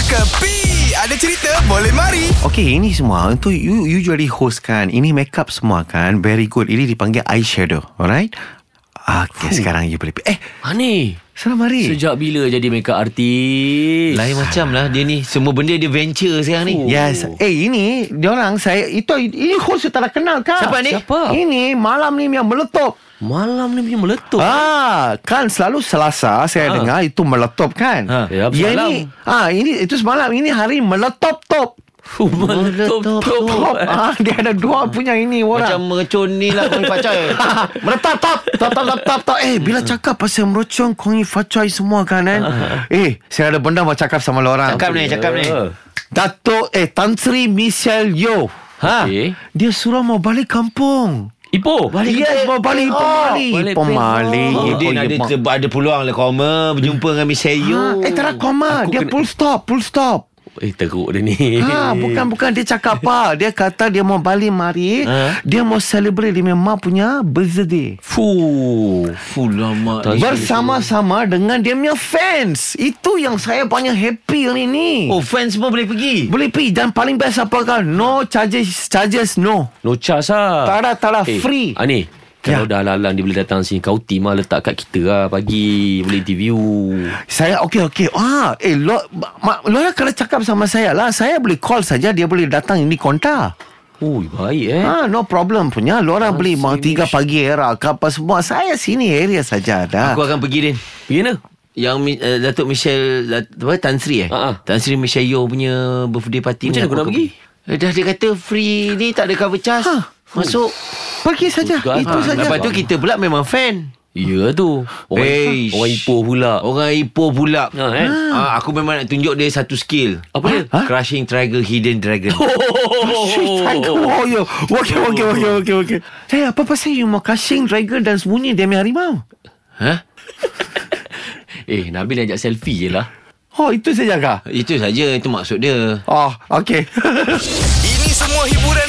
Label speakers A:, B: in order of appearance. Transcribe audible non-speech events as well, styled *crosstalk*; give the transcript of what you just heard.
A: Kepi Ada cerita boleh mari
B: Okay, ini semua untuk you you jadi host kan. Ini makeup semua kan. Very good. Ini dipanggil eyeshadow. Alright? Okay, sekarang you boleh... Eh,
C: Ha ni
B: selamat hari.
C: Sejak bila jadi makeup artis Oh.
D: Eh. Lain macam lah dia ni Semua benda dia venture sekarang ni
B: Yes. Eh ini diorang saya itu ini host you tak nak kenal kan.
D: Siapa ni?
C: Siapa?
B: Ini malam ni yang meletup.
C: Malam ni punya meletup
B: Ah, kan selalu Selasa
C: Ah.
B: saya dengar itu meletup kan.
D: Ah,
C: ya,
B: Ya,
C: semalam.
B: ini ah ini itu semalam ini hari meletup top.
C: Fuh, Meletup *laughs*
D: Meletup,
C: top.
B: Top. ah, dia ada dua punya ini
D: Macam
B: orang.
D: mengecun ni lah Kau pacai
B: *laughs* Meletap top top top top top top Eh
D: Hmm.
B: bila cakap pasal merocong Kongi facai semua kan
D: *laughs*
B: kan Eh saya ada benda mau cakap sama lo orang
D: Cakap ni Cakap ni
C: Eh.
B: Dato eh Tan Sri Michelle Yeoh ha
C: Okey.
B: dia suruh mau balik kampung
C: Ipoh
B: yes, mau balik Ipoh Mali
C: balik Oh.
B: Ipoh Mali
C: Pemali.
B: Ipoh
D: Udin ada,
B: Ipoh.
D: sebab ada peluang lah Koma Berjumpa dengan Michelle
C: Ah,
D: Yeoh
B: Ha, Eh tak nak koma Dia full stop Full stop
C: Eh teruk dia ni
B: Ha, bukan bukan dia cakap
D: *laughs*
B: apa. Dia kata dia mau balik mari,
D: Ha?
B: dia mau celebrate dia mama punya birthday.
C: Fuh Fuh lama ni.
B: Bersama-sama dengan dia punya fans. Itu yang saya banyak happy hari ni.
D: Oh fans semua boleh pergi
B: Boleh pergi dan paling best apa kan? No charges charges no.
C: No charge lah
D: Ah.
B: Tak ada tak ada
D: Eh,
B: free. Ya.
C: ha, ni kalau dah lalang dia boleh datang sini Kau team lah letak kat kita lah pagi Boleh interview
B: Saya okey okey. Ah, eh lo ma, lo kalau cakap sama saya lah, saya boleh call saja dia boleh datang ini kontak.
C: Ui baik eh
B: Ah, no problem punya. Lo
D: Ah,
B: orang beli mau tiga pagi era ke apa semua. Saya sini area saja dah.
D: Aku akan pergi Din
C: Pergi mana?
D: Yang Mi- uh, Datuk Michelle Dat, apa, Tan Sri eh
C: Ha, ha.
D: Tan Sri Michelle Yeoh punya Birthday party
C: Macam
D: ni
C: mana kau nak
D: akan Eh, Dah dia kata free ni Tak ada cover charge
B: Ha.
D: Masuk
B: Pergi saja.
C: Tugas.
B: Itu
D: ha,
B: saja.
D: Lepas tu kita pula memang fan
C: Ya tu Orang,
D: Eish.
C: orang Ipoh pula
D: Orang Ipoh pula
C: Ha, eh?
D: ha, Aku memang nak tunjuk dia satu skill
C: Apa dia?
D: Ha? Crushing Tiger Hidden Dragon
B: Oh, yo. Okey, okey, okey, okey, okey. Hey, apa pasal you mau kasing tiger dan sembunyi dia punya harimau?
D: ha?
C: *laughs* Eh Nabil ajak selfie je lah
B: Oh, itu saja kah?
D: Itu saja Itu maksud dia
B: Oh, *laughs* okey.
A: Ini semua hiburan